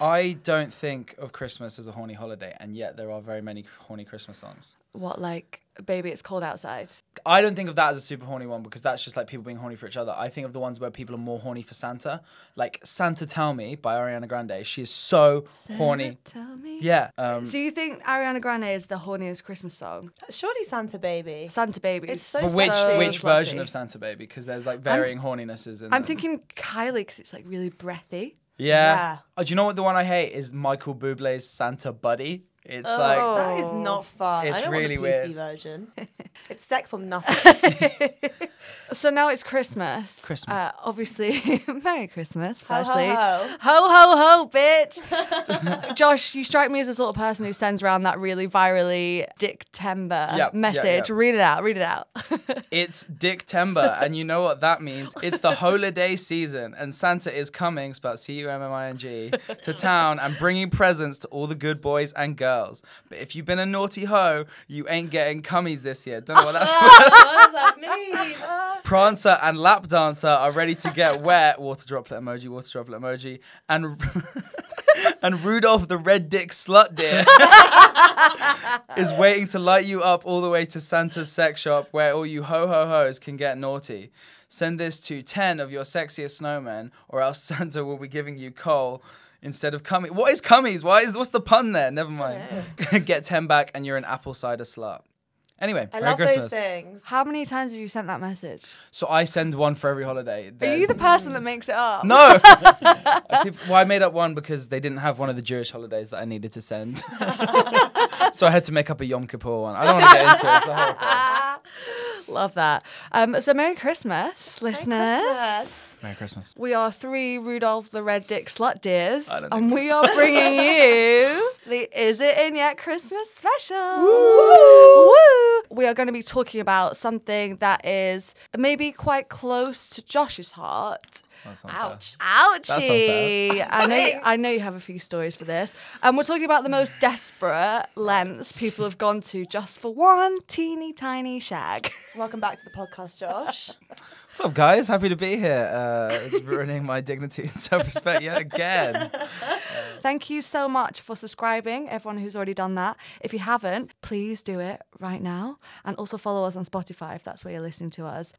I don't think of Christmas as a horny holiday, and yet there are very many horny Christmas songs. What like, baby, it's cold outside. I don't think of that as a super horny one because that's just like people being horny for each other. I think of the ones where people are more horny for Santa, like Santa Tell Me by Ariana Grande. She is so horny. Tell me. Yeah. Um, So you think Ariana Grande is the horniest Christmas song? Surely Santa Baby. Santa Baby. It's is so but which so which slutty. version of Santa Baby? Because there's like varying horninesses in. I'm them. thinking Kylie because it's like really breathy. Yeah. Yeah. Oh, do you know what the one I hate is Michael Bublé's Santa Buddy? It's Oh. like That is not fun. It's I don't really want the PC weird. version. it's sex or nothing. So now it's Christmas. Christmas. Uh, obviously, Merry Christmas, Ho, ho, firstly. ho. ho, ho, ho, bitch. Josh, you strike me as the sort of person who sends around that really virally Dick Tember yeah, message. yeah. Read it out, read it out. it's Dick Tember, and you know what that means? It's the holiday season, and Santa is coming, spelled C U M M I N G, to town and bringing presents to all the good boys and girls. But if you've been a naughty hoe, you ain't getting cummies this year. Don't know what that's. what does that mean? Prancer and lap dancer are ready to get wet. Water droplet emoji, water droplet emoji, and and Rudolph the red dick slut deer is waiting to light you up all the way to Santa's sex shop, where all you ho ho ho's can get naughty. Send this to ten of your sexiest snowmen, or else Santa will be giving you coal. Instead of cummies, what is cummies? Why is what's the pun there? Never mind. Get ten back, and you're an apple cider slut. Anyway, I Merry love Christmas. those things. How many times have you sent that message? So I send one for every holiday. Are you There's- the person that makes it up? no. I keep- well, I made up one because they didn't have one of the Jewish holidays that I needed to send. so I had to make up a Yom Kippur one. I don't want to get into it. It's a whole thing. Love that. Um, so Merry Christmas, listeners. Christmas. Merry Christmas. We are three Rudolph the Red Dick Slut Deers, I don't and think we are bringing you the Is It In Yet Christmas special. Woo! We are going to be talking about something that is maybe quite close to Josh's heart. That's not fair. Ouch. Ouchie! I know, you, I know you have a few stories for this, and we're talking about the most desperate lengths people have gone to just for one teeny tiny shag. Welcome back to the podcast, Josh. What's up, guys? Happy to be here. Uh, it's ruining my dignity and self-respect yet again. Thank you so much for subscribing, everyone who's already done that. If you haven't, please do it right now. And also follow us on Spotify if that's where you're listening to us.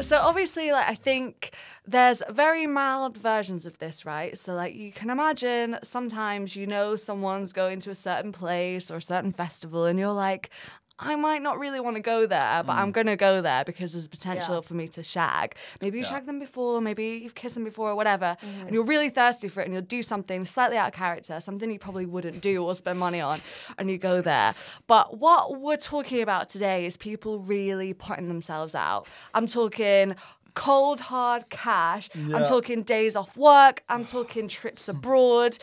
So obviously, like I think there's very mild versions of this, right? So like you can imagine, sometimes you know someone's going to a certain place or a certain festival, and you're like, I might not really want to go there, but I'm gonna go there because there's potential for me to shag. Maybe you shag them before, maybe you've kissed them before, or whatever, Mm-hmm. and you're really thirsty for it, and you'll do something slightly out of character, something you probably wouldn't do or spend money on, and you go there. But what we're talking about today is people really putting themselves out. I'm talking cold hard cash. I'm talking days off work. I'm talking trips abroad.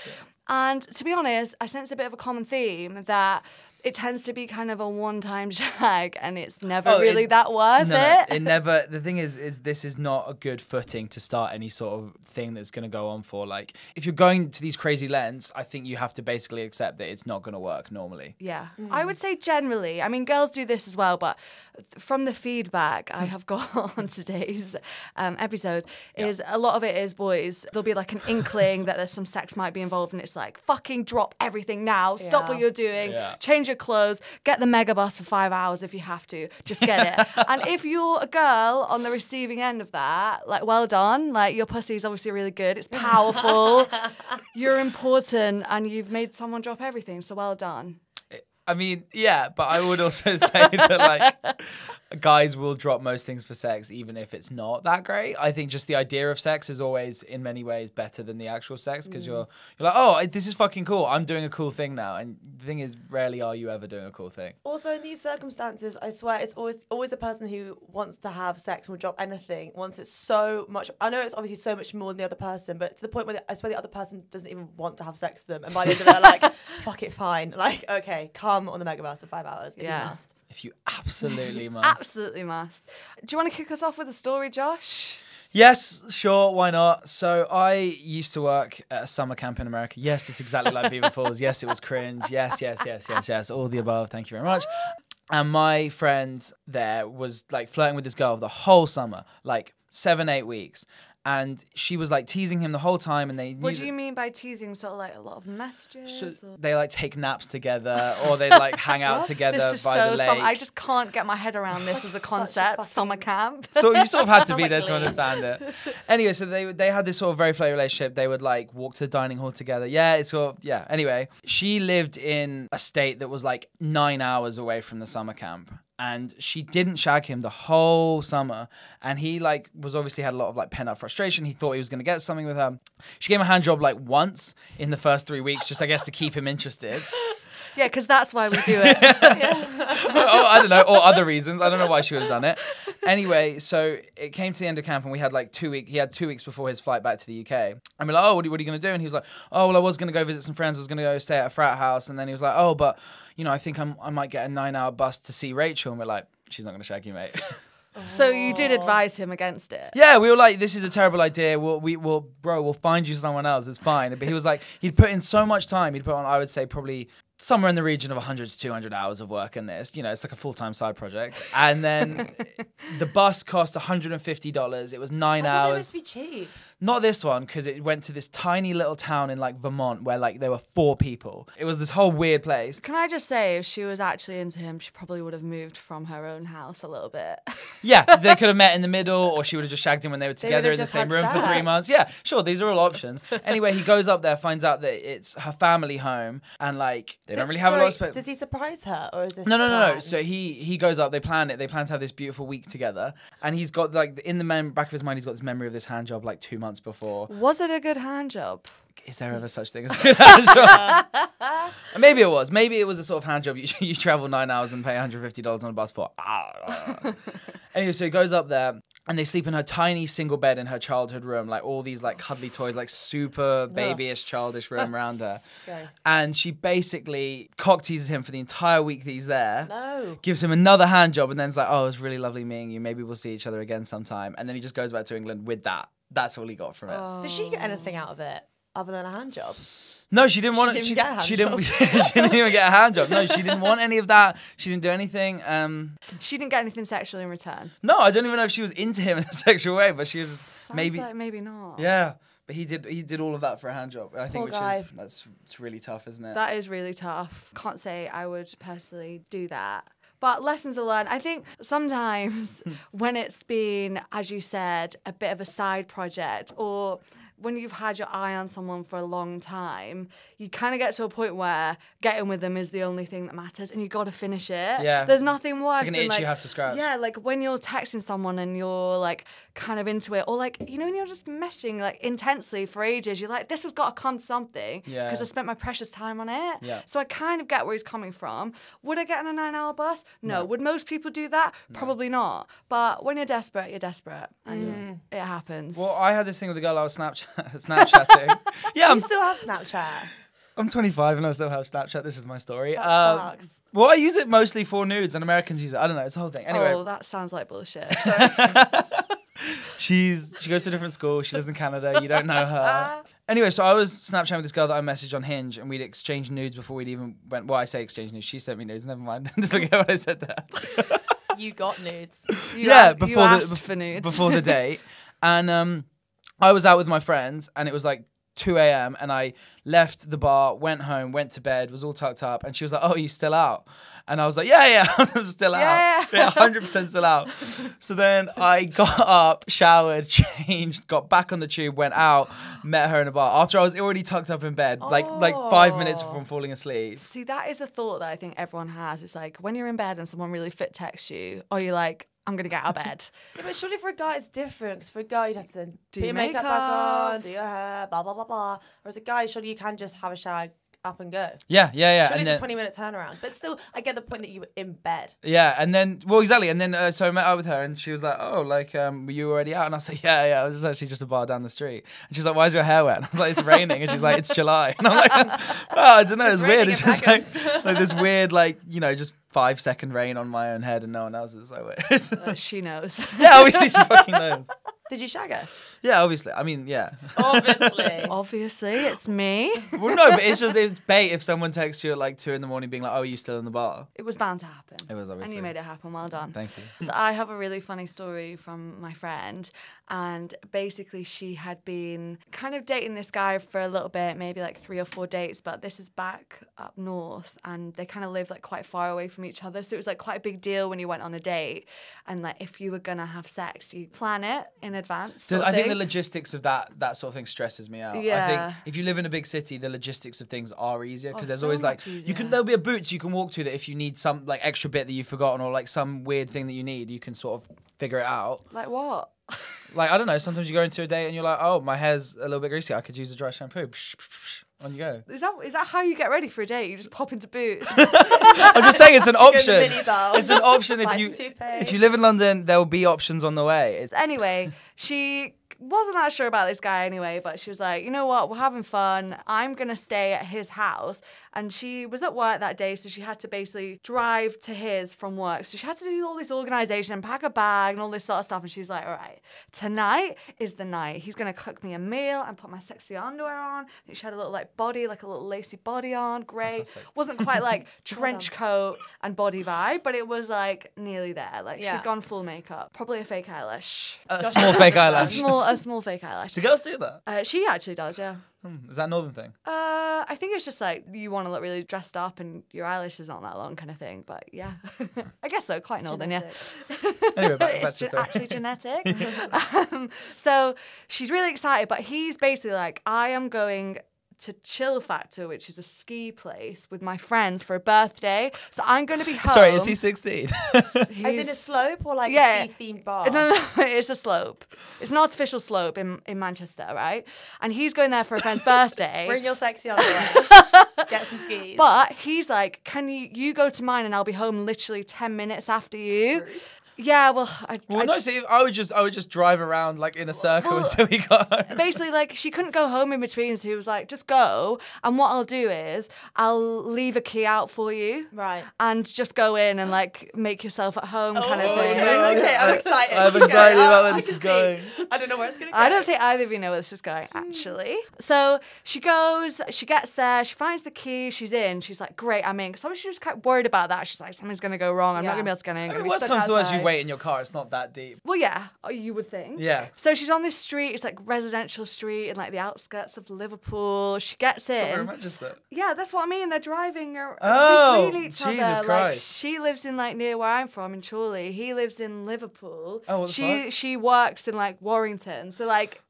And to be honest, I sense a bit of a common theme that it tends to be kind of a one time shag and it's never Oh, really it- that worth No, it. it never. The thing is, is this is not a good footing to start any sort of thing that's going to go on for. Like, if you're going to these crazy lengths, I think you have to basically accept that it's not going to work normally. Yeah, I would say generally. I mean, girls do this as well, but th- from the feedback I have got on today's um, episode, is a lot of it is boys. There'll be like an inkling that there's some sex might be involved, and it's like fucking drop everything now, stop what Yeah. you're doing, Yeah. change your clothes, get the mega bus for five hours if you have to, just get it. and if you're a girl on the receiving end of that, like well done, like your pussy is obviously really good, it's powerful, you're important, and you've made someone drop everything, so well done. I mean, yeah, but I would also say that like guys will drop most things for sex, even if it's not that great. I think just the idea of sex is always, in many ways, better than the actual sex because you're you're like, oh, I- this is fucking cool. I'm doing a cool thing now, and the thing is, rarely are you ever doing a cool thing. Also, in these circumstances, I swear it's always always the person who wants to have sex and will drop anything once it's so much. I know it's obviously so much more than the other person, but to the point where the, I swear the other person doesn't even want to have sex with them, and by the end of it, they're like, "Fuck it, fine." Like, okay, come on the megabus for five hours if Yeah. you must. If you absolutely must. Absolutely must. Do you want to kick us off with a story, Josh? Yes, sure, why not? So I used to work at a summer camp in America. Yes, it's exactly like Beaver Falls. Yes, it was cringe. Yes, yes, yes, yes, yes. All the above. Thank you very much. And my friend there was like flirting with this girl the whole summer, like seven, eight weeks. And she was like teasing him the whole time, and they knew What that- do you mean by teasing? Sort of like a lot of messages. so or- they like take naps together, or they like hang out What? together this is by so the lake. some. I just can't get my head around this as a Such a concept. Summer fucking- camp. so you sort of had to be Like there to lame. understand it. Anyway, so they they had this sort of very flirty relationship. They would like walk to the dining hall together. Yeah, it's sort of yeah. Anyway, she lived in a state that was like nine hours away from the summer camp. And she didn't shag him the whole summer. And he like was obviously had a lot of like pent up frustration. He thought he was gonna get something with her. She gave him a hand job like once in the first three weeks, just I guess to keep him interested. yeah, because that's why we do it. oh, I don't know, or other reasons. I don't know why she would have done it. Anyway, so it came to the end of camp, and we had like two week. He had two weeks before his flight back to the UK. And we're like, oh, what are, you- what are you going to do? And he was like, oh, well, I was going to go visit some friends. I was going to go stay at a frat house. And then he was like, oh, but you know, I think I'm, I might get a nine hour bus to see Rachel. And we're like, she's not going to shag you, mate. so you did advise him against it. yeah, we were like, this is a terrible idea. We'll, we will, bro, we'll find you someone else. It's fine. But he was like, he'd put in so much time. He'd put on, I would say, probably. Somewhere in the region of 100 to 200 hours of work in this, you know, it's like a full time side project. And then The bus cost $150. It was nine I thought they were meant hours. to be cheap. Not this one, because it went to this tiny little town in like Vermont where like there were four people. It was this whole weird place. Can I just say, if she was actually into him, she probably would have moved from her own house a little bit. Yeah, they could have met in the middle, or she would have just shagged him when they were would have together in the just same had room for three sex. months. Yeah, sure, these are all options. Anyway, he goes up there, finds out that it's her family home, and like they don't really have a lot of Sorry, space. Does he surprise her or is this? No, no, no, no. planned? So he he goes up. They plan it. They plan to have this beautiful week together, and he's got like in the mem- back of his mind, he's got this memory of this hand job like two months before. Was it a good hand job? is there ever such thing as a good hand job? Maybe it was. Maybe it was the sort of hand job you, you travel nine hours and pay $150 on a bus for. I don't know. anyway, so he goes up there and they sleep in her tiny single bed in her childhood room, like all these like cuddly toys, like super babyish, childish room around her. Sorry. And she basically cock teases him for the entire week that he's there. No. Gives him another hand job and then's like, oh, it was really lovely meeting you. Maybe we'll see each other again sometime. And then he just goes back to England with that. That's all he got from it. Did she get anything out of it other than a hand job? No, she didn't want didn't it. She, get a hand she didn't. she didn't even get a hand job. No, she didn't want any of that. She didn't do anything. Um, She didn't get anything sexual in return. no, I don't even know if she was into him in a sexual way, but she was Sounds maybe. like maybe not. yeah, but he did. He did all of that for a hand job. I think Poor which guy. is that's it's really tough, isn't it? That is really tough. Can't say I would personally do that. But lessons are learned. I think sometimes when it's been, as you said, a bit of a side project or when you've had your eye on someone for a long time, you kind of get to a point where getting with them is the only thing that matters and you got to finish it. Yeah. There's nothing worse an than itch you like, have to scratch. Yeah, like when you're texting someone and you're like kind of into it or like, you know, when you're just meshing like intensely for ages, you're like, this has got to come to something Yeah. because I spent my precious time on it. Yeah. So I kind of get where he's coming from. Would I get on a nine hour bus? No. Would most people do that? Probably not. But when you're desperate, you're desperate. And it happens. Well, I had this thing with a girl I was Snapchat, Snapchatting. yeah, I'm, You still have Snapchat. I'm 25 and I still have Snapchat. This is my story. That Um, sucks. well, I use it mostly for nudes, and Americans use it. I don't know. It's a whole thing. Anyway, Oh, that sounds like bullshit. So She's she goes to a different school. She lives in Canada. You don't know her. Anyway, so I was Snapchatting with this girl that I messaged on Hinge, and we'd exchanged nudes before we'd even went. Well, I say exchange nudes. She sent me nudes. Never mind. Forget what I said there. You got nudes. you yeah, a- before you the asked bef- for nudes. before the date, and um, I was out with my friends, and it was like. 2 a.m. and I left the bar, went home, went to bed, was all tucked up, and she was like, "Oh, you still out?" And I was like, "Yeah, yeah, I'm still Yeah. out, yeah, 100 percent still out." So then I got up, showered, changed, got back on the tube, went out, met her in a bar after I was already tucked up in bed, like like five minutes Oh. from falling asleep. See, that is a thought that I think everyone has. It's like when you're in bed and someone really fit texts you, or you're like, I'm going to get out of bed. Yeah, but surely for a guy it's different. Because for a guy you'd have to then Do put your your makeup, makeup. back on, do your hair, blah blah blah blah. Whereas a guy, surely you can just have a shower, up and go. Yeah, yeah, yeah. Surely and it's then- a twenty-minute turnaround. But still, I get the point that you were in bed. Yeah, and then well, exactly, and then uh, so I met up with her, and she was like, "Oh, like, um, were you already out?" And I was like, "Yeah, yeah, I was just actually just a bar down the street." And she's like, "Why is your hair wet?" And I was like, "It's raining," and she's like, "It's July," and I'm like, "Well, I don't know, it's, It's weird." raining It's in just like, Bagot. like this weird, like you know, just five second rain on my own head and no one else's. So weird. Uh, she knows. yeah, obviously she fucking knows. Did you shag her? Yeah, obviously. I mean, yeah. Obviously. Obviously, it's me. well, no, but it's just it's bait if someone texts you at like two in the morning, being like, "Oh, are you still in the bar?" It was bound to happen. It was And obviously. you made it happen. Well done. Thank you. So I have a really funny story from my friend, and basically she had been kind of dating this guy for a little bit, maybe like three or four dates, but this is back up north, and they kind of live like quite far away from each other, so it was like quite a big deal when you went on a date, and like if you were gonna have sex, you plan it in advance. So sort of I think the thing. logistics of that that sort of thing stresses me out. I Yeah. think if you live in a big city, the logistics of things are easier because Oh, there's so always like much you can easier. there'll be a boots you can walk to that if you need some like extra bit that you've forgotten or like some weird thing that you need, you can sort of figure it out. like what? Like I don't know, sometimes you go into a date and you're like, oh, my hair's a little bit greasy, I could use a dry shampoo. Psh, psh, psh, on you go. Is that is that how you get ready for a date? You just pop into boots. I'm just saying it's an Go to the option. mini bar. It's an option Buy if some you toothpaste. if you live in London, there will be options on the way. It's, anyway, she wasn't that sure about this guy anyway, but she was like, you know what, we're having fun. I'm going to stay at his house. And she was at work that day, so she had to basically drive to his from work. So she had to do all this organization and pack a bag and all this sort of stuff. And she's like, all right, tonight is the night. He's going to cook me a meal and put my sexy underwear on. I think She had a little like body, like a little lacy body on, grey. Wasn't quite like trench coat and body vibe, but it was like nearly there. Like Yeah. she'd gone full makeup, probably a fake eyelash. a small fake A eyelash. small, a small fake eyelash. Do girls do that? Uh, she actually does, yeah. Hmm, Is that a northern thing? Uh, I think it's just like you want to look really dressed up, and your eyelash is not that long, kind of thing. But yeah, I guess so. Quite northern, yeah. Anyway, back, back it's to just sorry. actually genetic. um, so she's really excited, but he's basically like, I am going to Chill Factor, which is a ski place, with my friends for a birthday. So I'm going to be home. Sorry, is he 16? As in a He's- slope or like Yeah. a ski themed bar? Uh, No, Oh. no, no, it's a slope. It's an artificial slope in, in Manchester, right? And he's going there for a friend's Bring birthday. your sexy underwear. Get some skis. But he's like, can you you go to mine and I'll be home literally ten minutes after you? Yeah, well, I, Well, I no. just- See, I would just, I would just drive around like in a circle until we got home. basically like she couldn't go home in between, so he was like, just go. And what I'll do is I'll leave a key out for you, Right. And just go in and like make yourself at home, kind of oh, thing. yeah. Okay, okay, I- I'm excited. I have Keep anxiety going. about I- where I this can is going. see- I don't know where it's going to go. I don't think either of you know where this is going, actually. So she goes, she gets there, she finds the key, she's in, she's like, great, I'm in. Because obviously she was quite worried about that. She's like, something's going to go wrong, I'm not Yeah. going to be able to get in. I'm I gonna mean, be worst stuck comes to worst, you outside." wait in your car. It's not that deep. Well, yeah, uh, you would think. Yeah. So she's on this street, it's like residential street in like the outskirts of Liverpool. She gets We're in. in Manchester. Yeah, that's what I mean. They're driving ar- Oh, between each Jesus other. Like Christ. she lives in like near where I'm from in Chorley. He lives in Liverpool. Oh, what the she fuck? she works in like Warrington. So like,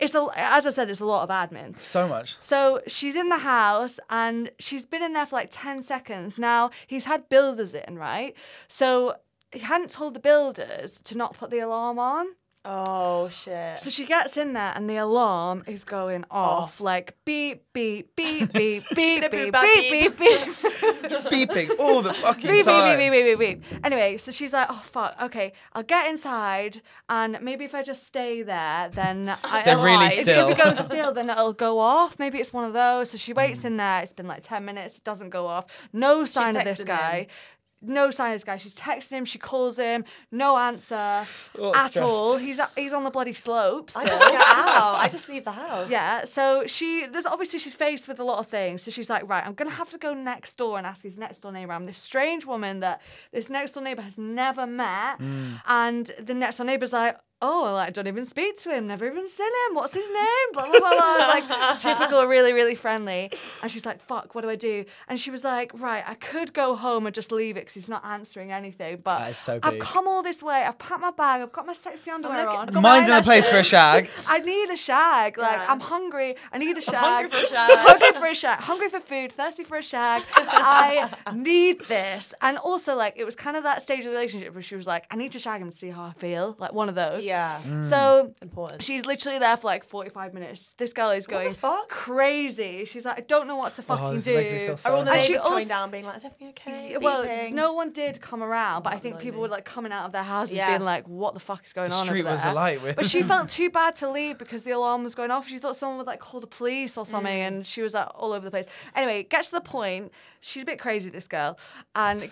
it's a as I said, it's a lot of admin. So much. So she's in the house and she's been in there for like 10 seconds. Now he's had builders in, right? So he hadn't told the builders to not put the alarm on. Oh, shit. So she gets in there and the alarm is going off like beep, beep, beep, beep, beep, beep, beep, Ba-boop, ba-beep. beep, beep. Beeping all the fucking Beep, beep, time. beep, beep, beep, beep, beep. Anyway, so she's like, oh, fuck, okay, I'll get inside and maybe if I just stay there, then I, Stay really if, still. if it goes still, then it'll go off. Maybe it's one of those. So she waits Mm. in there. It's been like 10 minutes. It doesn't go off. No sign of this texting guy. him. No sign of this guy. She's texting him. She calls him. No answer Oh, at stressed. all. He's he's on the bloody slopes. I just get out. I just leave the house. Yeah, so she there's obviously she's faced with a lot of things. So she's like, right, I'm gonna have to go next door and ask his next door neighbor. I'm this strange woman that this next door neighbor has never met, Mm. and the next door neighbor's like. Oh, like, I don't even speak to him, never even seen him. What's his name? Blah, blah, blah, blah. Like, typical, really, really friendly. And she's like, fuck, what do I do? And she was like, right, I could go home and just leave it because he's not answering anything. But That is so I've big. come all this way. I've packed my bag. I've got my sexy underwear look, on. I've got my Mine's in a place for a eyelashes. shag. I need a shag. Like Yeah. I'm hungry. I need a shag. hungry for a shag. hungry for a shag. Hungry for food. Thirsty for a shag. I need this. And also, like, it was kind of that stage of the relationship where she was like, "I need to shag him to see how I feel." Like one of those. Yeah. So Important. she's literally there for like 45 minutes. This girl is the going fuck? crazy. She's like, "I don't know what to fucking Oh, this do." is making me feel Are all And the neighbours she coming also- down being like, is everything okay? Yeah, Well, Beeping. no one did come around, but I think people blimey. were like coming out of their houses Yeah. being like, "What the fuck is going The on?" over street was there?" alight with- But she felt too bad to leave because the alarm was going off. She thought someone would like call the police or something, and she was like all over the place. Anyway, gets to the point. She's a bit crazy, this girl, and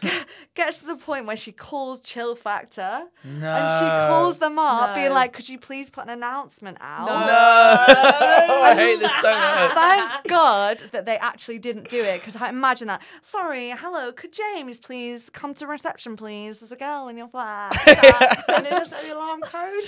gets to the point where she calls Chill Factor, and she No. calls them up not being No. like, could you please put an announcement out? I hate this so much. Thank God that they actually didn't do it because I imagine that. Sorry, hello, could James please come to reception, please? There's a girl in your flat. and it's just the alarm code.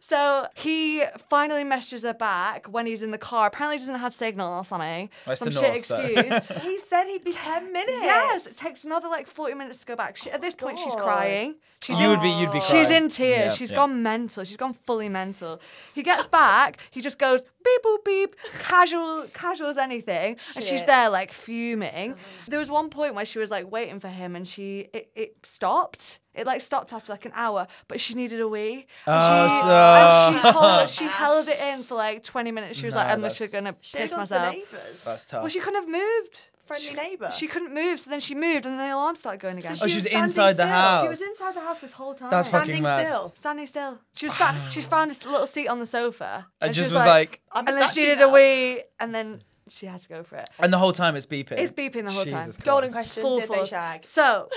so he finally messages her back when he's in the car. Apparently, doesn't have signal or something. Well, it's Some the shit north, so- excuse. he said he'd be ten minutes. yes, it takes another like 40 minutes to go back. She, at this point, she's God. crying. She's You in would be, you'd be. She's crying. in tears. Yeah, She's yeah. gone mental. She's gone fully mental. He gets back. He just goes beep boop beep, casual, casual as anything, and she's Shit. there like fuming. There was one point where she was like waiting for him, and she it, it stopped. It like stopped after like an hour, but she needed a wee, and she Oh, and she, held, she held it in for like twenty minutes. She was like, No, "I'm literally that's- gonna Should have piss gone to the myself." neighbours. That's tough. Well, she couldn't have moved. Friendly neighbour. She couldn't move, so then she moved, and then the alarm started going again. oh, she she was was standing inside the still. She house. she was inside the house this whole time. That's fucking standing mad. still. standing still. She was sat. she found a little seat on the sofa. I she just was like, I'm a and then she statue did a now. wee, and then she had to go for it. and the whole time it's beeping. It's beeping the whole time. Jesus Golden Christ. question. Full did force. they shag? So,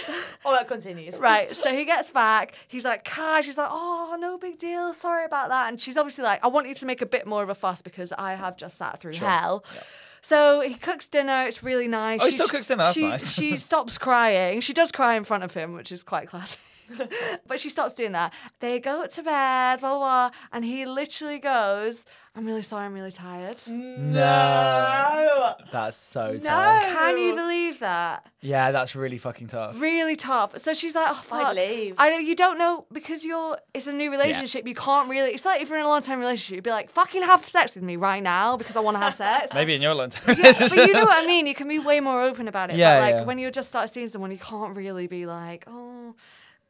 Oh, that continues. right. So he gets back. He's like, "Cash." She's like, "Oh, no big deal. Sorry about that." And she's obviously like, "I want you to make a bit more of a fuss because I have just sat through hell." So he cooks dinner. It's really nice. Oh, he still cooks dinner, that's she, nice. she stops crying. She does cry in front of him, which is quite classic. but she stops doing that. They go to bed, blah, blah, blah. And he literally goes, I'm really sorry, I'm really tired. No, No. that's so No. tough. Can you believe that? Yeah, that's really fucking tough. Really tough. So she's like, oh, fuck. I'd leave. I know you don't know because you're. It's a new relationship. You can't really. It's like if you're in a long term relationship, you'd be like, fucking have sex with me right now because I want to have sex. Maybe in your London. but you know what I mean. You can be way more open about it. Yeah, but like yeah. when you just start seeing someone, you can't really be like, oh,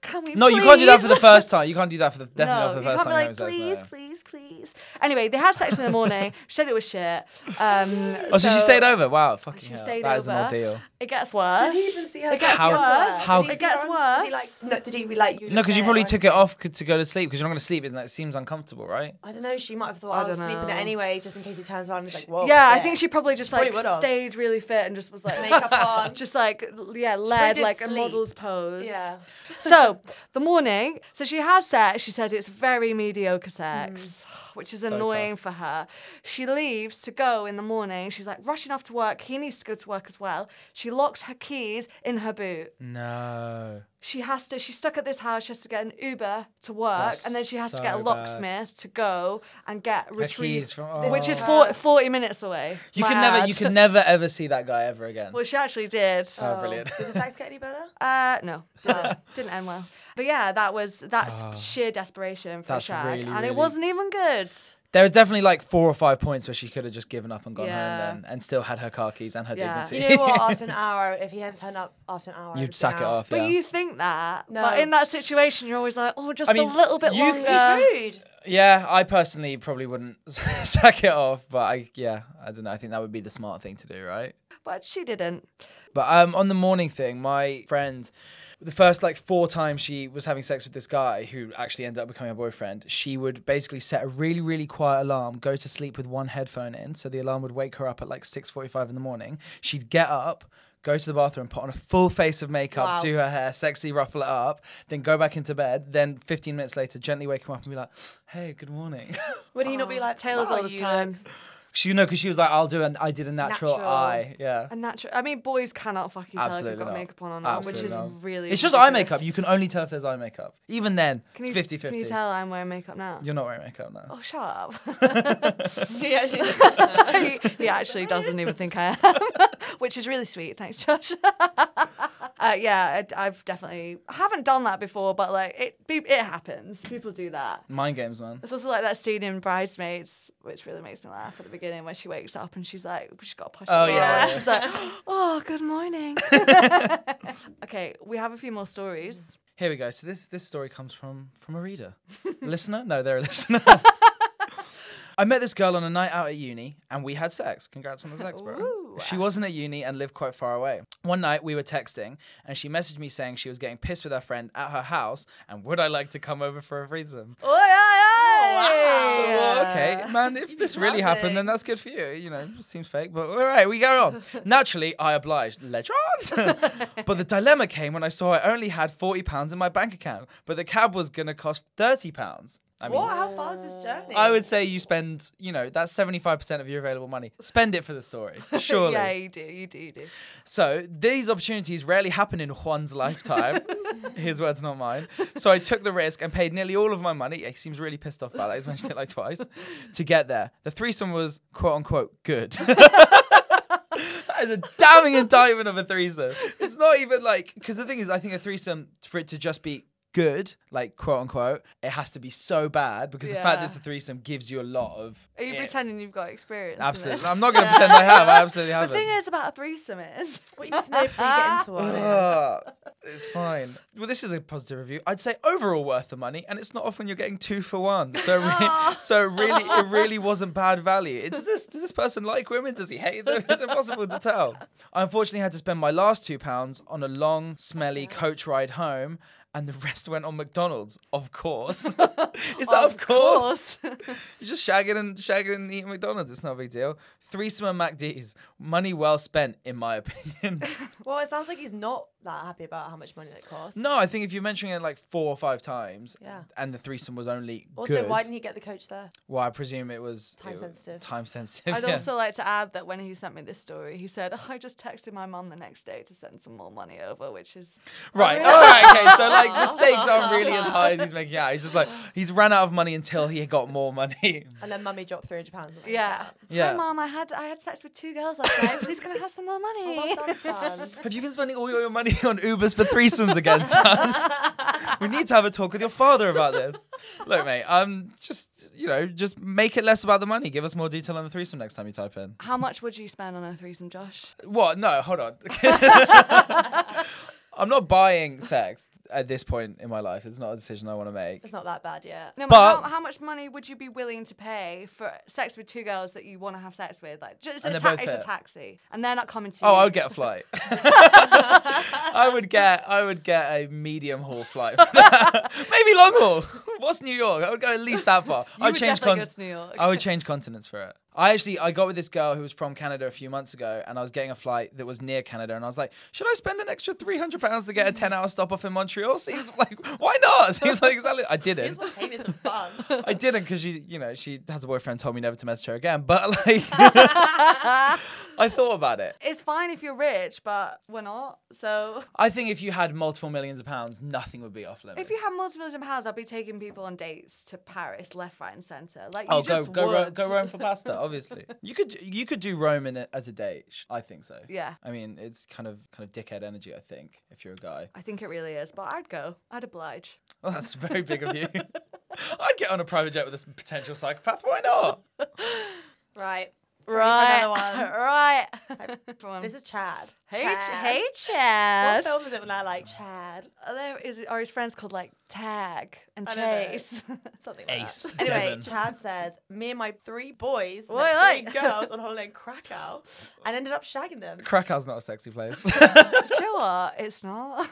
can we? No, you can't do that for the please?" first time. You can't do that for the definitely no, not for you the first can't time. be you like, haven't said please, that. please, please. Anyway, they had sex in the morning. she said it was shit. Um, Oh, so, she stayed over. Wow, fucking She hell. stayed That is an over. ordeal. It gets worse. Did he even see her? It gets How- worse. how- It gets Did worse. he like? No, did he be like you? No, because you look probably there, took it off c- to go to sleep because you're not going to sleep, and that seems uncomfortable, right? I don't know. She might have thought I I, was don't sleeping know. it anyway, just in case he turns around and is like, "Whoa." yeah, I yeah. think she probably just Probably like would've. stayed really fit and just was like Makeup on. just like l- yeah, led did like a sleep. model's pose. Yeah. So the morning, so she has sex. She said it's very mediocre sex, Mm. which is So annoying for her. She leaves to go in the morning. She's like rushing off to work. He needs to go to work as well. She locks her keys in her boot. Mm. No. She has to. She's stuck at this house. She has to get an Uber to work, That's and then she has to get a so bad. locksmith to go and get Her retrieve. keys from- oh. Which is Oh. four, 40 minutes away. You My can never, you ads. can never ever see that guy ever again. Well, she actually did. Oh, brilliant. Did the sex get any better? Uh, no, didn't, didn't end well. But yeah, that was that's sheer desperation for Ah. That's Shag, really, and really- it wasn't even good. There are definitely like four or five points where she could have just given up and gone Yeah. home then, and still had her car keys and her Yeah. dignity. You know what? After an hour, if he hadn't turned up after an hour, I'd You'd been sack it out. off. But yeah. you think that, No. but in that situation, you're always like, oh, just I mean, a little bit you- longer. He's rude. yeah, I personally probably wouldn't sack it off, but I yeah, I don't know. I think that would be the smart thing to do, right? But she didn't. But um, on the morning thing, my friend, the first like four times she was having sex with this guy who actually ended up becoming her boyfriend, she would basically set a really really quiet alarm, go to sleep with one headphone in, so the alarm would wake her up at like six forty five in the morning. She'd get up. Go to the bathroom, put on a full face of makeup, Wow. do her hair, sexy ruffle it up, then go back into bed. Then 15 minutes later, gently wake him up and be like, "Hey, good morning." Would he Oh, not be like Taylor's "Wow, all the you time. look-" she you know because she was like, "I'll do an I did a natural, Natural. eye." Yeah, A natural. I mean, boys cannot fucking tell if Absolutely you've got not. makeup on or not, Absolutely which is not. really. It's just eye ridiculous. makeup. You can only tell if there's eye makeup. Even then, it's 50 Can you 50. tell I'm wearing makeup now? You're not wearing makeup now. Oh, shut up. yeah, yeah. he, he actually doesn't even think I am, which is really sweet. Thanks, Josh. uh, yeah, I, have definitely I haven't done that before, but like it, be- it happens. People do that. Mind games, man. It's also like that scene in Bridesmaids, which really makes me laugh at the beginning when she wakes up and she's like, she's got a push. Oh, up. yeah, yeah. She's like, oh, good morning. okay, we have a few more stories. Here we go. So this this story comes from from a reader. listener? No, they're a listener. I met this girl on a night out at uni and we had sex. Congrats on the sex, bro. Ooh. She wasn't at uni and lived quite far away. One night we were texting and she messaged me saying she was getting pissed with her friend at her house and would I like to come over for a threesome? Oh, yeah, Oh, Well, okay, man, if this really happened, then that's good for you. You know, seems fake, but all right, we go on. Naturally, I obliged. Legend. but the dilemma came when I saw I only had £40 in my bank account, but the cab was going to cost £30. I mean, what? How far is this journey? I would say you spend, you know, that's 75% of your available money. Spend it for the story, surely. yeah, you do, you do, you do. So these opportunities rarely happen in Juan's lifetime. His words, not mine. So I took the risk and paid nearly all of my money. He seems really pissed off about that. He's mentioned it like twice. To get there, the threesome was quote unquote good. that is a damning indictment of a threesome. It's not even like because the thing is, I think a threesome for it to just be good, like quote unquote, it has to be so bad because the fact that Yeah. it's a threesome gives you a lot of. Are you it. pretending you've got experience? in Absolutely, this? I'm not going to pretend I have. I absolutely The haven't. thing is about a threesome is What you need to know before you get into one. Ugh, it's fine. Well, this is a positive review. I'd say overall worth the money, and it's not often you're getting two for one. So, re- so really, it really wasn't bad value. It- Does this does this person like women? Does he hate them? It's impossible to tell. I unfortunately had to spend my last two pounds on a long, smelly coach ride home. And the rest went on McDonald's, of course. Is that of, course? You're just shagging and shagging and eating McDonald's. It's not a big deal. Threesome and MacD's, money well spent, in my opinion. Well, it sounds like he's not that happy about how much money that costs. No, I think if you're mentioning it like four or five times, Yeah. and the threesome was only Also, good. why didn't he get the coach there? well, I presume it was Time it was sensitive. Time sensitive. I'd yeah. also like to add that when he sent me this story, he said, oh, "I just texted my mum the next day to send some more money over," which is right. All right. Okay. So like the stakes aren't really as high as he's making out. He's just like he's ran out of money until he got more money. And then mummy dropped three hundred pounds. yeah. Yeah. Hi, mum. I had I had sex with two girls last night. Please, can I have some more money? "Oh, Well done, son. Have you been spending all your money on Ubers for threesomes again, son? we need to have a talk with your father about this. Look, mate. Um, just you know, just make it less about the money. Give us more detail on the threesome next time you type in. How much would you spend on a threesome, Josh? What? No, hold on. I'm not buying sex at this point in my life. It's not a decision I want to make. It's not that bad yet. No, But- but how, how much money would you be willing to pay for sex with two girls that you want to have sex with? Like, just, it's, And a, they're ta- both it's a fit. taxi, and they're not coming to Oh, you. I would get a flight. I would get I would get a medium haul flight. Maybe long haul. What's New York? I would go at least that far. You I would change definitely go to New York. I would change continents for it. I actually I got with this girl who was from Canada a few months ago, and I was getting a flight that was near Canada, and I was like, should I spend an extra three hundred pounds to get a ten hour stop off in Montreal? Seems like why not? Seems like exactly. I It's didn't. spontaneous and fun. I didn't because she, you know, she has a boyfriend. Told me never to message her again. But like, I thought about it. It's fine if you're rich, but we're not. So I think if you had multiple millions of pounds, nothing would be off limits. if you had multiple million pounds, I'd be taking people on dates to Paris, left, right, and centre. Like you oh, go just go Ro- would. go Rome for pasta. Obviously, you could you could do Rome in a, as a date. sh- I think so. Yeah. I mean, it's kind of kind of dickhead energy. I think if you're a guy, I think it really is, but I'd go. I'd oblige. well, that's very big of you. I'd get on a private jet with this potential psychopath. Why not? Right. Right, one. right. This is Chad. hey, Chad. Ch- hey, What Chad. film is it when I like Chad? Are there is are his friends called like Tag and I don't know. Chase? Something like Ace, that. Anyway, Devon. Chad says, me and my three boys, Oi, met three oi. girls on holiday in Krakow, and ended up shagging them. Krakow's not a sexy place. Do you know what? It's not.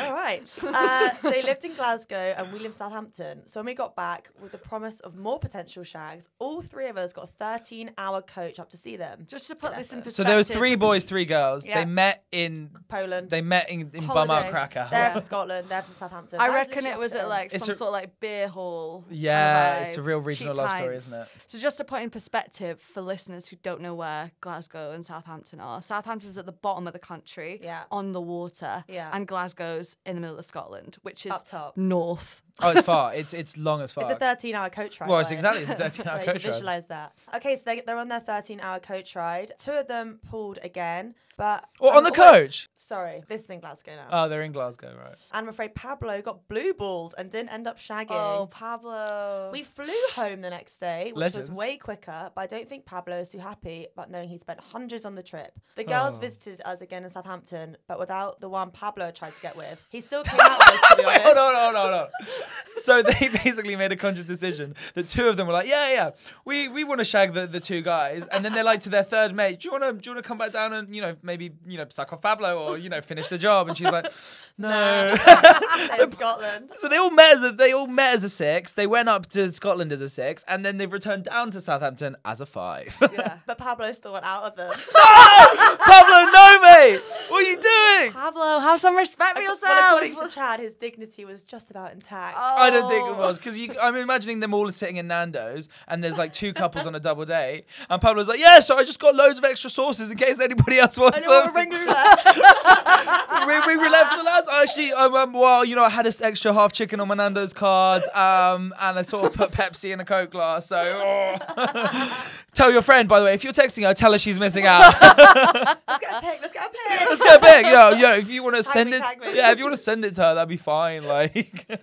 All right. Uh, they lived in Glasgow and we lived in Southampton. So when we got back with the promise of more potential shags, all three of us got a 13 hour coach up to see them. Just to put this in perspective. so there were three boys, three girls. Yeah. They met in Poland. they met in, in bum out Holiday. Krakow. they're Yeah. from Scotland. They're from Southampton. I That's reckon literally it was opposite at like ends. It's some a- sort of like beer hall. kind of Yeah, it's a vibe, real regional cheap love story, pints. isn't it? So just to put in perspective for listeners who don't know where Glasgow and Southampton are, Southampton's at the bottom of the country, Yeah. on the water, Yeah. and Glasgow's in the middle of Scotland, which is Up top. north. Oh, it's far. It's it's long as It's far. a 13 hour coach ride. Well, it's right? exactly it's a 13 So hour you coach can ride. visualize that. Okay, so they, they're on their 13 hour coach ride. Two of them pulled again, but. Or on the Oh, wait, coach. Sorry, this is in Glasgow now. Oh, they're in Glasgow, right? and I'm afraid Pablo got blue balled and didn't end up shagging. Oh, Pablo. We flew home the next day, which Legends. was way quicker, but I don't think Pablo is too happy about knowing he spent hundreds on the trip. The girls Oh. visited us again in Southampton, but without the one Pablo tried to get with. He still came out with us, to be honest. Hold on, hold on, hold on. So they basically made a conscious decision that two of them were like, yeah, yeah, we we want to shag the, the two guys, and then they're like to their third mate, do you want to do you want to come back down and you know maybe you know suck off Pablo or you know finish the job?" And she's like, "No." in Scotland. So they all met as a, they all met as a six. They went up to Scotland as a six, and then they've returned down to Southampton as a five. Yeah. But Pablo still went out of them. Pablo, no, mate. What are you doing? Pablo, have some respect for yourself. Well, according to Chad, his dignity was just about intact. I don't Oh. think it was because I'm imagining them all sitting in Nando's and there's like two couples on a double date, and Pablo's like, "Yeah, so I just got loads of extra sauces in case anybody else wants I know them." what a ring roulette. ring, ring roulette for the lads. I actually, um, um, well, you know, I had this extra half chicken on my Nando's card, um, and I sort of put Pepsi in a Coke glass. So, oh. tell your friend, by the way, if you're texting her, tell her she's missing out. Let's get a pig. Let's get a pig. Let's go big. Yo, yo, if you want to Tag send me, it, tag me. yeah, if you want to send it to her, that'd be fine. Like, Oh,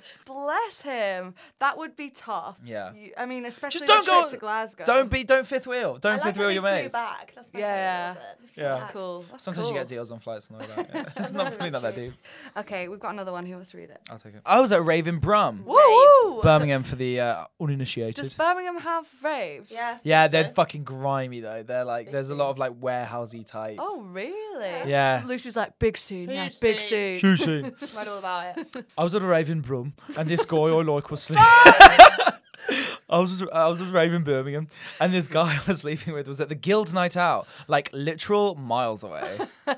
Bless him. That would be tough. Yeah. You- I mean, especially don't the trip go- to Glasgow. don't be, don't fifth wheel, I don't like fifth how wheel they your flew mates. back. That's my Yeah. favourite bit. They flew Yeah. That's back. cool. That's Sometimes you cool. get deals on flights and all that. yeah. It's not really not that deep. Okay, we've got another one. Who wants to read it? I'll take it. I was at Raven Brum, Woo! Birmingham, for the uh, uninitiated. Does Birmingham have raves? Yeah. Yeah, they're so. fucking grimy though. They're like, there's a lot of like warehousey type. Oh, really? Yeah. Lucy's like, big scene. Yeah, Big big scene." scene. Sushi. Read all about it. I was at a Raven Broom and this guy I like was sleeping. I was just, I was at Raven Birmingham and this guy I was sleeping with was at the Guild Night Out, like literal miles away. God.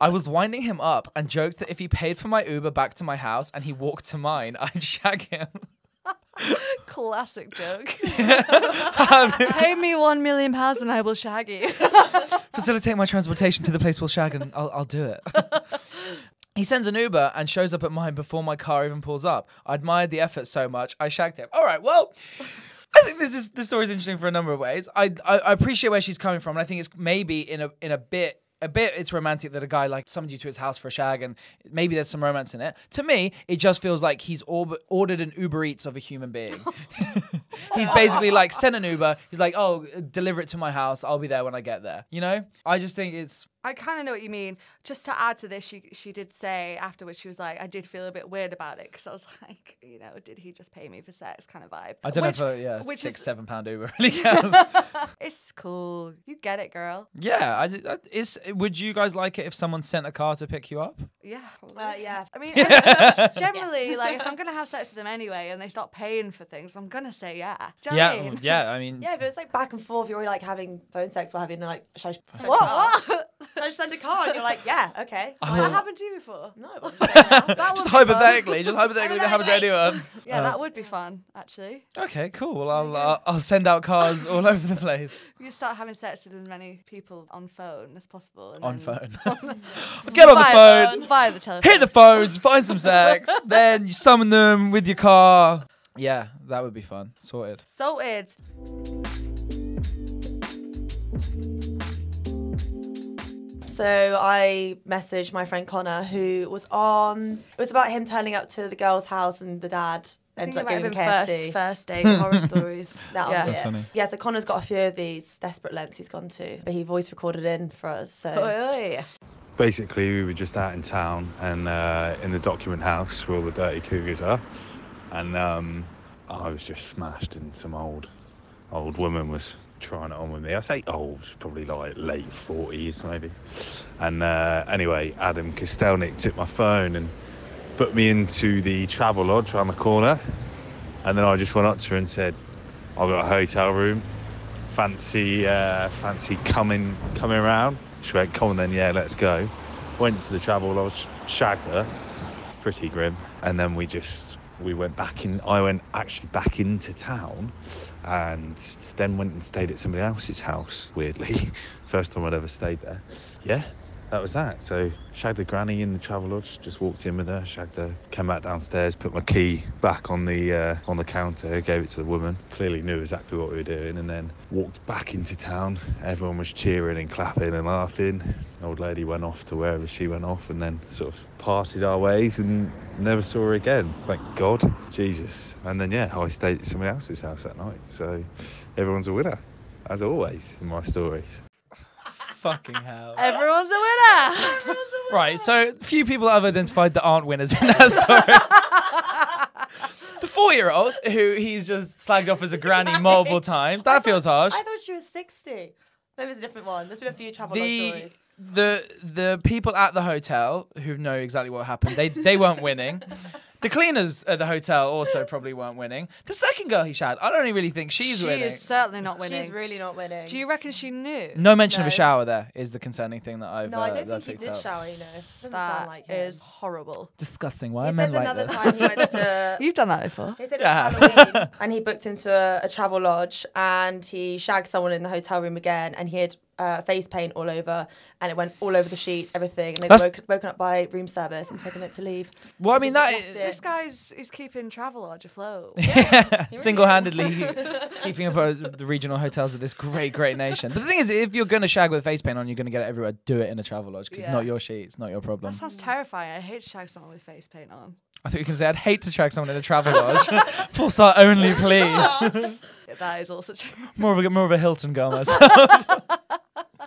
I was winding him up and joked that if he paid for my Uber back to my house and he walked to mine, I'd shag him. Classic joke. Pay me one million pounds and I will shag you. facilitate my transportation to the place we'll shag and I'll, I'll do it. he sends an Uber and shows up at mine before my car even pulls up. I admired the effort so much, I shagged him. All right, well. I think this is this story is interesting for a number of ways. I, I I appreciate where she's coming from, and I think it's maybe in a in a bit a bit it's romantic that a guy like summoned you to his house for a shag, and maybe there's some romance in it. To me, it just feels like he's orb- ordered an Uber Eats of a human being. he's basically like sent an Uber. He's like, oh, deliver it to my house. I'll be there when I get there. You know, I just think it's I kind of know what you mean. Just to add to this, she she did say afterwards she was like, I did feel a bit weird about it because I was like, you know, did he just pay me for sex kind of vibe? I don't Which- know if a yeah which six is- seven pound Uber really counts. It's cool. You get it, girl. yeah, I, I, it's. Would you guys like it if someone sent a car to pick you up? Yeah. probably. Uh, yeah. I mean, I- generally, like if I'm gonna have sex with them anyway, and they start paying for things, I'm gonna say yeah. Do you know what I yeah, mean? yeah. I mean, Yeah, if it's like back and forth, you're already like having phone sex or having like, should I, should What? I, what? should I send a card? You're like, yeah, okay. I that will- happened to you before? No, but I'm just saying that. That just would be fun. hypothetically, just hypothetically, that happened to anyone. Yeah, Uh, that would be fun actually. Okay, cool. Well, I'll I'll, I'll send out cars all over the place You start having sex with as many people on phone as possible. And on then- phone. Get on the Via- phone. Via the telephone. Hit the phones, find some sex, then you summon them with your car. Yeah, that would be fun. Sorted. Salted. So I messaged my friend Connor, who was on. It was about him turning up to the girl's house and the dad I think ended it up might have giving him been KFC. first, first date horror stories. That'll yeah. be That's it. funny. Yeah, so Connor's got a few of these desperate lengths he's gone to, but he voice recorded in for us. So Oh, Oi, oi. basically we were just out in town and uh, in the document house where all the dirty cougars are and um, i was just smashed and some old old woman was trying it on with me i say old she's probably like late 40s maybe and uh, anyway adam kostelnik took my phone and put me into the travel lodge around the corner and then i just went up to her and said i've got a hotel room fancy uh, fancy coming coming around. She went, come on then, yeah, let's go. Went to the travel lodge, shagged her, pretty grim. And then we just we went back in. I went actually back into town, and then went and stayed at somebody else's house. Weirdly, first time I'd ever stayed there. Yeah. That was that. So shagged the granny in the travel lodge. Just walked in with her, shagged her. Came back downstairs, put my key back on the uh, on the counter, gave it to the woman. Clearly knew exactly what we were doing, and then walked back into town. Everyone was cheering and clapping and laughing. Old lady went off to wherever she went off, and then sort of parted our ways and never saw her again. Thank God, Jesus. And then yeah, I stayed at somebody else's house that night. So everyone's a winner, as always in my stories. Fucking hell. Everyone's a winner. Right, so few people have identified that aren't winners in that story. the four-year-old who he's just slagged off as a granny multiple times. That feels harsh. I thought she was 60. Maybe it's a different one. There's been a few travel The lodge stories. the the people at the hotel who know exactly what happened, they they weren't winning. The cleaners at the hotel also probably weren't winning. The second girl he shad, I don't really think she's she winning. is certainly not winning. She's really not winning. Do you reckon she knew? no mention of a No. shower. There is the concerning thing that I've no, uh, I don't that I've think he picked did up. shower, you know. Doesn't sound That like him. is horrible. Disgusting. Why He are men says like another this? time he went to You've done that before. He said Yeah. it was Halloween, and he booked into a, a travel lodge, and he shagged someone in the hotel room again, and he had uh, face paint all over, and it went all over the sheets, everything. And they were That's- woken, woken up by room service and taken it to leave. Well, I mean that Just is, This guy's is keeping Travelodge afloat. single-handedly keeping up uh, the regional hotels of this great, great nation. But the thing is, if you're gonna shag with face paint on, you're gonna get it everywhere. Do it in a travel lodge because it's Yeah. not your sheet, it's not your problem. That Mm. sounds terrifying. I hate to shag someone with face paint on. I thought you can say I'd hate to shag someone in a travel lodge. Full star only, please. That is also true. More of a more of a Hilton girl myself.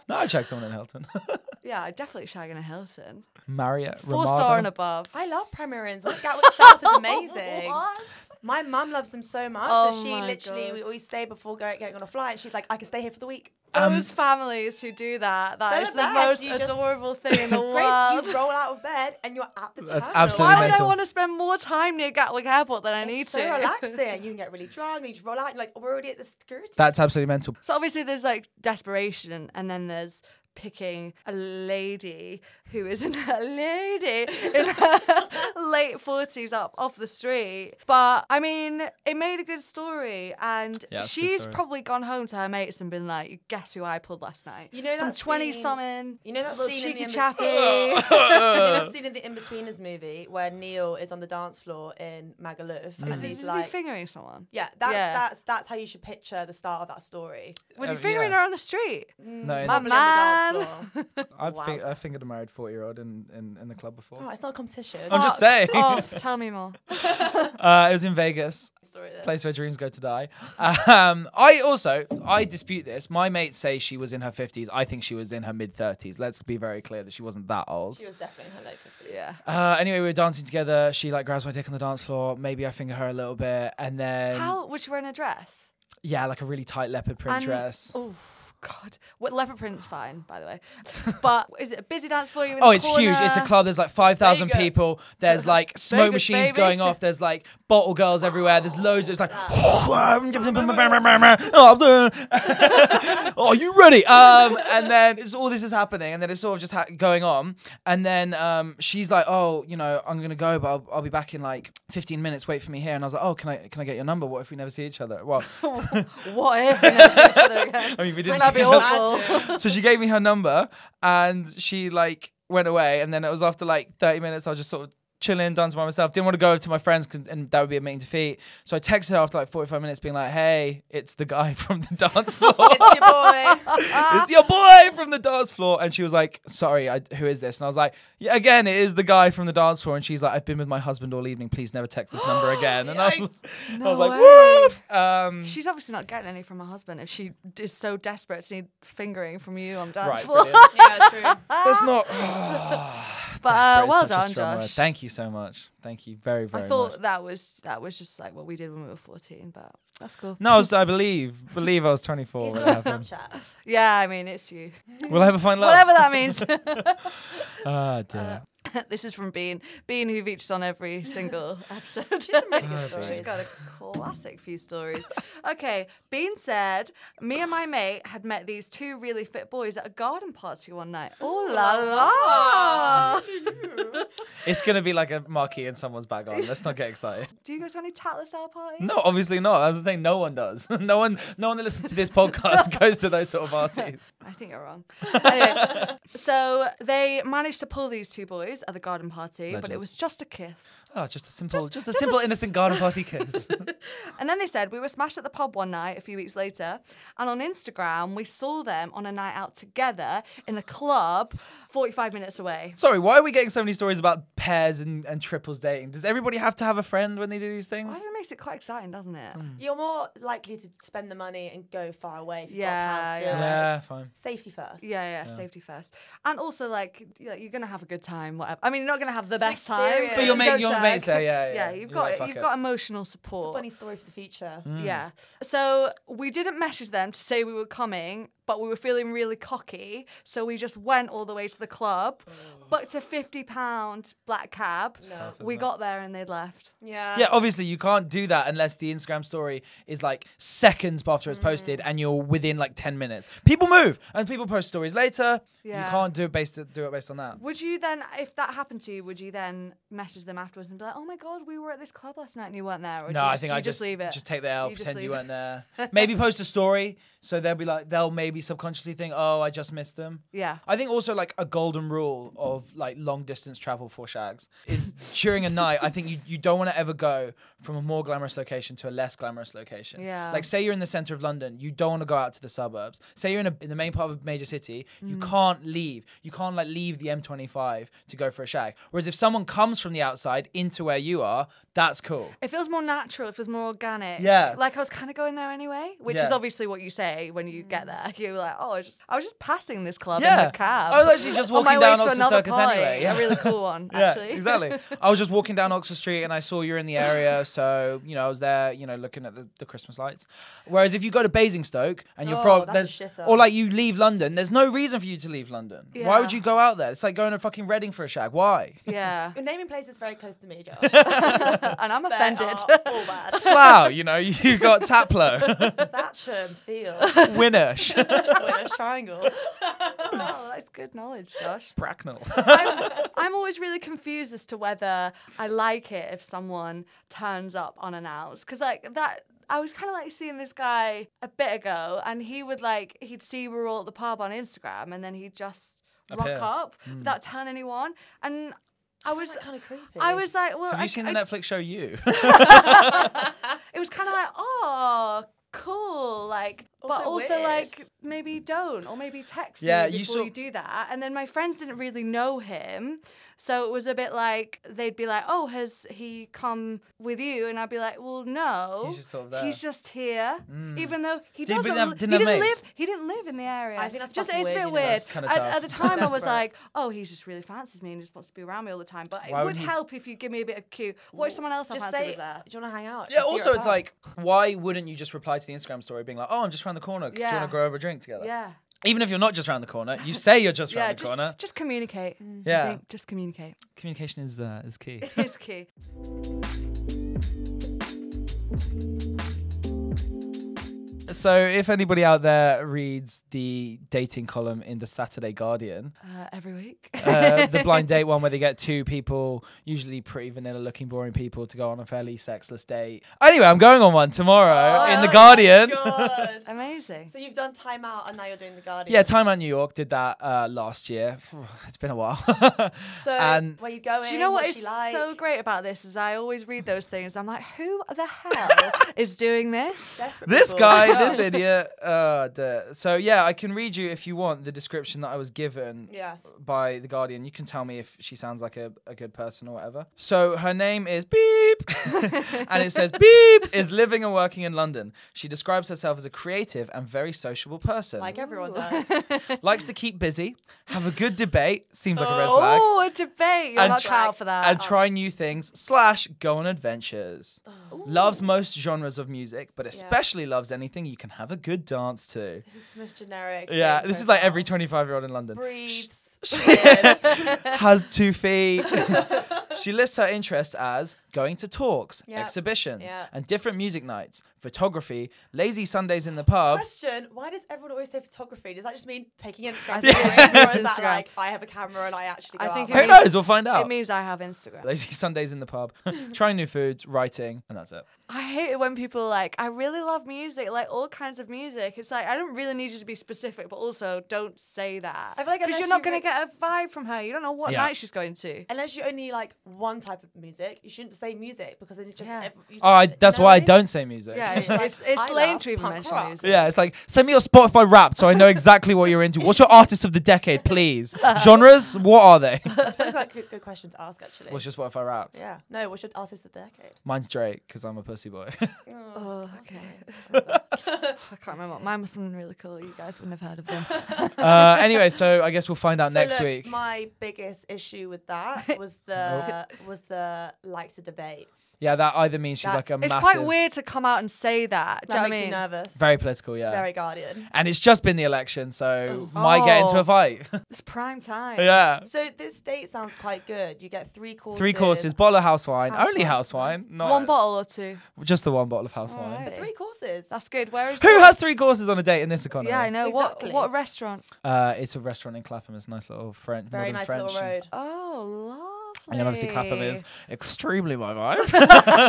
no, I check someone in Hilton. Yeah, I definitely shagging a Hilton. Marriott, Four Ramada. star and above. I love Premier Inns. Like, Gatwick South is amazing. What? My mum loves them so much. Oh so she my literally, God. we always stay before go, getting on a flight, and she's like, I can stay here for the week. Those families who do that, that They're is the the best. most You just- adorable thing in the Grace, world. you roll out of bed and you're at the That's terminal. absolutely Why would I mental. want to spend more time near Gatwick Airport than I need It's so to? relaxing. You can get really drunk. You just roll out. And you're like, we're already at the security. That's absolutely mental. So obviously there's like desperation and then there's picking a lady who is in a lady in her late 40s up off the street but i mean it made a good story and Yeah, it's a good she's story. probably gone home to her mates and been like guess who i pulled last night You know some that 20 scene- something you know that little scene cheeky in the chappy you know that scene in the Inbetweeners movie where Neil is on the dance floor in Magaluf is, and this- he's is like, he fingering someone yeah, that's Yeah. that's that's how you should picture the start of that story. was Uh, he fingering yeah. her on the street No, Mm, it- probably on the Man. dance floor. I've, fing- I've fingered a married forty-year-old in, in, in the club before. Oh, it's not a competition. I'm just Fuck Oh. saying. off, tell me more Uh, it was in Vegas, Story this. place where dreams go to die. Um, I also I dispute this. My mates say she was in her fifties. I think she was in her mid thirties. Let's be very clear that she wasn't that old. She was definitely in her late 50s. yeah Uh, anyway, we were dancing together. She like grabs my dick on the dance floor. Maybe I finger her a little bit, and then how was she wearing a dress yeah, like a really tight leopard print And- dress. Oh God, what leopard print's fine, by the way. But is it a busy dance floor? You in Oh, the it's huge. It's a corner? club. There's like 5,000 Vegas. people. There's like smoke Vegas, machines baby. going off. There's like bottle girls everywhere. There's loads. It's like, oh, are you ready? Um, and then it's, all this is happening. And then it's sort of just ha- going on. And then um, she's like, oh, you know, I'm going to go, but I'll, I'll be back in like 15 minutes. Wait for me here. And I was like, oh, can I, can I get your number? What if we never see each other? Well, What if we never see each other again? I mean, we didn't see Wouldn't that be each other awful? so she gave me her number and she like went away and then it was after like 30 minutes i was just sort of chilling dancing by myself didn't want to go over to my friends 'cause- and that would be admitting defeat so i texted her after like 45 minutes being like hey it's the guy from the dance floor It's your boy. it's your boy from the dance floor and she was like sorry I, who is this and i was like yeah, again it is the guy from the dance floor and she's like i've been with my husband all evening please never text this number again and I was, I was like way. woof um, She's obviously not getting any from her husband if she is so desperate to need fingering from you on dance right floor. brilliant. yeah, true. That's not. But Desperate uh, is well such a done, strong word. Josh. Thank you so much. Thank you very, very I thought much. that was that was just like what we did when we were fourteen, but that's cool. No, I, was, I believe, believe I was 24. He's when not it on happened. Snapchat. Yeah, I mean it's you. Will I ever find love? Whatever Uh, that means. Ah, dear. this is from Bean. Bean who features on every single episode. Oh, good Oh, She's stories. got a classic few stories. Okay, Bean said, Me and my mate had met these two really fit boys at a garden party one night. Oh la la. It's going to be like a marquee in someone's bag on. Let's not get excited. Do you go to any Tatler style parties? No, obviously not. I was saying no one does. no one no one that listens to this podcast goes to those sort of parties. I think you're wrong. Anyway, so they managed to pull these two boys at the garden party, but it Legends. was just a kiss. Oh, just a simple, just, a simple innocent garden party kiss. And then they said we were smashed at the pub one night a few weeks later, and on Instagram we saw them on a night out together in a club, 45 minutes away. Sorry, why are we getting so many stories about pairs and, and triples dating? Does everybody have to have a friend when they do these I things? think it makes it quite exciting, doesn't it? You're more likely to spend the money and go far away if you've Yeah, got a pound to do yeah. it. Yeah, fine. Safety first. Yeah, yeah, safety first, and also like y- like, you're gonna have a good time, whatever. I mean, you're not gonna have the best time, experience. But you your, go mate, your shag. mate's there, yeah, yeah. Yeah, you've You're like, got "Fuck you've it." got emotional support. Mm. Funny story for the future. Yeah. So we didn't message them to say we were coming, but we were feeling really cocky. So we just went all the way to the club, booked a £50 black cab. We No. Oh. isn't it? got there and they'd left. Yeah. Yeah, oh, obviously you can't do that unless the Instagram story is like seconds after it's Mm. posted and you're within like ten minutes. People move and people post stories later. You Yeah. can't do it based do it based on that. Would you then, if that happened to you, would you then message them afterwards and be like, "Oh my god, we were at this club last night and you weren't there"? Or do No, you I just- think you I just, leave it. Just take the L, You just pretend you leave it. weren't there. maybe post a story so they'll be like they'll maybe subconsciously think, oh, I just missed them. Yeah. I think also like a golden rule of like long distance travel for shags is during a night. I think you, you don't want to ever go from a more glamorous location to a less glamorous location. Yeah. Like say you're in the center of London, you don't want to go out to the suburbs. Say you're in, a, in the main part of a major city, you Mm. can't leave. You can't like leave the M25 to go for a shag. Whereas if someone comes from the outside into where you are, that's cool. It feels more natural. It feels more organic. Yeah. Like I was kind of going there anyway, which is Yeah. obviously what you say when you get there. You're like, "Oh, I was just, I was just passing this club in Yeah. the cab." I was actually just on my walking way down to Oxford another Circus party. anyway. Yeah. A really cool one, actually. Yeah, exactly. I was just walking down Oxford Street and I saw you're in the area, so you know I was there, you know, looking at the, the Christmas lights. Whereas if you go to Basingstoke and you're Oh, from, that's a there's- shitter. or like you leave London, there's no reason for you to leave London. Why would Yeah. you go out there? It's like going to fucking Reading for a shag. Why? yeah. Your naming places very close to me, Josh. They And I'm offended. are all bad. Slough, you know, you got Taplow, Thatcham, Field, Winnish, Winner's Triangle. oh, that's good knowledge, Josh. Bracknell. I'm, I'm always really confused as to whether I like it if someone turns up unannounced. Because, like, that. I was kind of like seeing this guy a bit ago, and he would like, he'd see we were all at the pub on Instagram, and then he'd just Appear. rock up Hmm. without telling anyone. And I was. kind of creepy. I was like, well, Have I, you seen the I- Netflix show You? it was kind of like, oh, cool, like, but Also also weird. like maybe don't or maybe text Yeah, me you before saw- you do that. And then my friends didn't really know him, so it was a bit like they'd be like, oh, has he come with you? And I'd be like, well, no, He's just sort of there. He's just here, even though he Did he doesn't. bring them- li- didn't he have didn't mates? live. He didn't live in the area. I think that's just fucking it's a weird, bit you know. weird. That's kinda at, tough. at the time, I was Desperate. like, oh, he's just really fancies me and just wants to be around me all the time. But it Why would, would he- help if you give me a bit of cue. What if someone else I just fancied say, was there? do you want to hang out? Yeah, Just see also, what it's about. like, why wouldn't you just reply to the Instagram story being like, oh, I'm just around the corner. Do you Yeah. want to grab a drink together? Yeah. Even if you're not just around the corner, you say you're just yeah, around the just, corner. just communicate. I Yeah. think just communicate. Communication is, uh, is key. It's key. So, if anybody out there reads the dating column in the Saturday Guardian, Uh, every week. uh, the blind date one where they get two people, usually pretty vanilla looking, boring people, to go on a fairly sexless date. Anyway, I'm going on one tomorrow in the Oh, Guardian. God. Amazing. so you've done Time Out and now you're doing The Guardian. Yeah, Time Out New York did that uh, last year. It's been a while. So and- where you going? Do you know what what's is she like? so great about this is I always read those things. I'm like, who the hell is doing this? Desperate this people. guy, this idiot. Uh, duh. so yeah, I can read you if you want the description that I was given. Yes. By the Guardian, you can tell me if she sounds like a, a good person or whatever. So her name is Beep, and it says Beep is living and working in London. She describes herself as a creative and very sociable person. Like everyone does. Likes to keep busy, have a good debate. Seems like a red flag. Oh, a debate. You're not tr- out for that. and try new things slash go on adventures Oh. loves most genres of music but especially loves anything you can have a good dance to This is the most generic. yeah dating this is like every profile. 25 year old in london breathes. lives, has two feet. she lists her interests as going to talks, Yep. exhibitions, Yep. and different music nights, photography, lazy Sundays in the pub. Question: Why does everyone always say photography? Does that just mean taking Instagram? I think it photos, just or means is that Instagram. like I have a camera and I actually go I out think with Who it it? means- knows? We'll find it out. means I have Instagram. Lazy Sundays in the pub, trying new foods, writing, and that's it. I hate it when people are like, I really love music, like all kinds of music. It's like I don't really need you to be specific, but also don't say that. I feel like because you're unless not you gonna re- get a vibe from her. You don't know what Yeah. night she's going to. Unless you only like one type of music, you shouldn't say music because then it's just. Yeah. ev- you just Oh, I, that's know why I what mean? don't say music. Yeah, She's like, it's, it's I lame love to even punk mention rock. music. Yeah, it's like send me your Spotify rap so I know exactly what you're into. What's your artist of the decade, please? Genres? What are they? That's probably quite a good, good question to ask actually. What's your Spotify rap? yeah. No, we should ask this the decade. Mine's Drake because I'm a pussy boy. Oh, okay. I can't remember. what- Mine was something really cool. You guys wouldn't have heard of them. uh, anyway, so I guess we'll find out So next look, week. My biggest issue with that was the was the likes of debate. Yeah, that either means she's That- like a It's massive, quite weird to come out and say that. Do That you know makes me what I mean? nervous. very uh, political. Yeah, Very guardian. and it's just been the election, so might get into Oh. a fight. It's prime time. yeah, So this date sounds quite good. You get three courses. three courses, bottle of house wine, House only wine, house wine, not One bottle or two. just the one bottle of house wine. Alright. Three courses. That's good. Where is Who the- has three courses on a date in this economy? Yeah, I know. Exactly. What what restaurant? Uh, it's a restaurant in Clapham. It's a nice little French, very modern nice French. little road. Oh, lovely. And then obviously Clapham is extremely my vibe.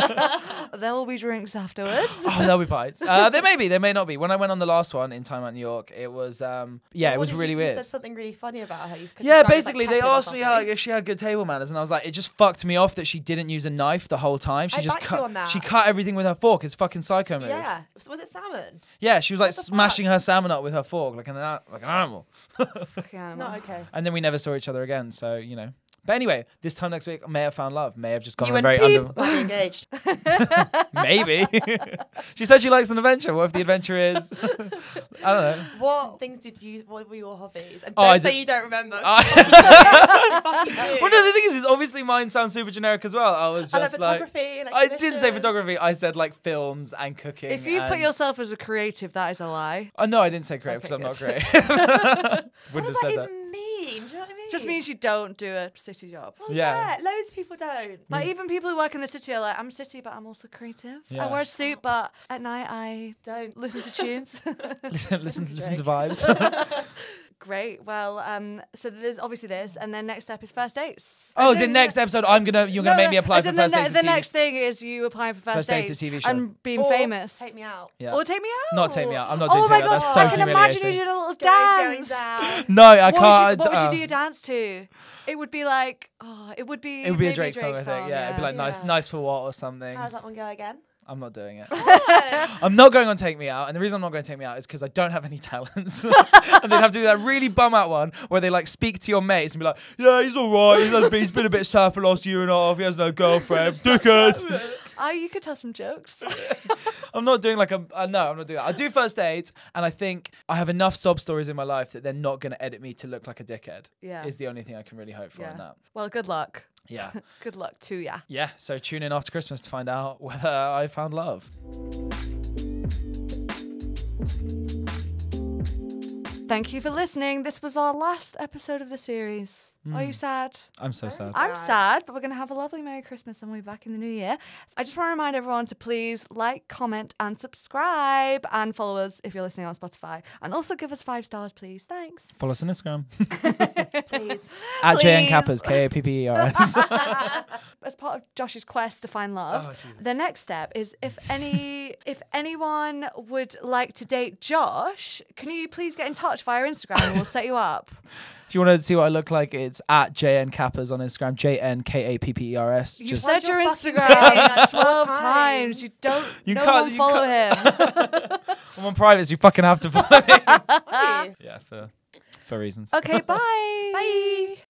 There will be drinks afterwards. Oh, there'll be bites. Uh, there may be, there may not be. When I went on the last one in Time Out in New York, it was um, yeah, it What was did really you, You weird. said something really funny about her. You s- yeah, described it as, like, basically they Captain or asked me how, like, something. if she had good table manners, and I was like, it just fucked me off that she didn't use a knife the whole time. She I just back you cut, on that. she cut everything with her fork. It's fucking psycho move. Yeah. So Was it salmon? Yeah, she was like What the smashing her salmon up with her fork like an a- like an animal. Fucking animal. Not okay. And then we never saw each other again. So you know. But anyway, this time next week, I may have found love. May have just gone You on a and very Pete under. might be engaged. Maybe. she said she likes an adventure. What if the adventure is? I don't know. What things did you? What were your hobbies? And Oh, don't I say did- you don't remember. Fucking do. Well, no, the thing is, is obviously mine sounds super generic as well. I was I like just like, photography. and I didn't say exhibitions. photography. I said like films and cooking. If you put and- yourself as a creative, that is a lie. oh no, I didn't say creative because Okay, I'm not good. creative. What Wouldn't does have said that that. even mean? Do you know what I mean? Just means you don't do a city job. Well, Yeah. yeah. loads of people don't. Like even people who work in the city are like, I'm city, but I'm also creative. Yeah. I wear a suit, but at night I Don't. listen to tunes. listen, listen, to listen to Drake. vibes. Great. Well, um, so there's obviously this, and then next step is first dates. oh, As is it next episode? I'm gonna you're gonna No, make no, me apply as for in first the, ne- dates. at the TV. next thing is you applying for first, First dates, the TV show. and being Or famous. Take me out. Yeah. Or take me out. Not take me out. I'm not doing Oh take my me out. god! That's so I can imagine you humiliating. did a little Going- dance. Going down. no, I what can't. Would you, what would you uh, do your dance to? It would be like, oh, it would be. it would be maybe a Drake, song, I think. Yeah, it'd be like nice, Yeah. nice for what or something. How does that one go again? I'm not doing it. I'm not going on Take Me Out, and the reason I'm not going to Take Me Out is because I don't have any talents. and they'd have to do that really bum out one where they like speak to your mates and be like, "Yeah, he's all right. He's, has been, he's been a bit sad for the last year and a half. He has no girlfriend. Dickhead." Oh, Ah, you could tell some jokes. I'm not doing like a uh, no. I'm not doing that. I do first dates, and I think I have enough sob stories in my life that they're not going to edit me to look like a dickhead. Yeah. is the only thing I can really hope for in yeah. that. Well, good luck. Yeah. Good luck to ya. Yeah, so tune in after Christmas to find out whether I found love. Thank you for listening. This was our last episode of the series. Are Hmm. you sad? I'm so sad. I'm sad, but we're going to have a lovely Merry Christmas and we'll be back in the new year. I just want to remind everyone to please like, comment, and subscribe and follow us if you're listening on Spotify. And also give us five stars, please. Thanks. Follow us on Instagram Please. at JN Please. Kappas, K A P P E R S. as part of Josh's quest to find love, Oh, Jesus. the next step is if any if anyone would like to date Josh, can you please get in touch via Instagram and we'll set you up. If you want to see what I look like, it's at JN Kappas on Instagram, J N K A P P E R S. You Just said Why'd you your fucking Instagram say 12 that 12 times. times? You don't You no can't- one you follow him. I'm on private, so you fucking have to follow me. Bye. yeah, for for reasons. okay, bye. Bye.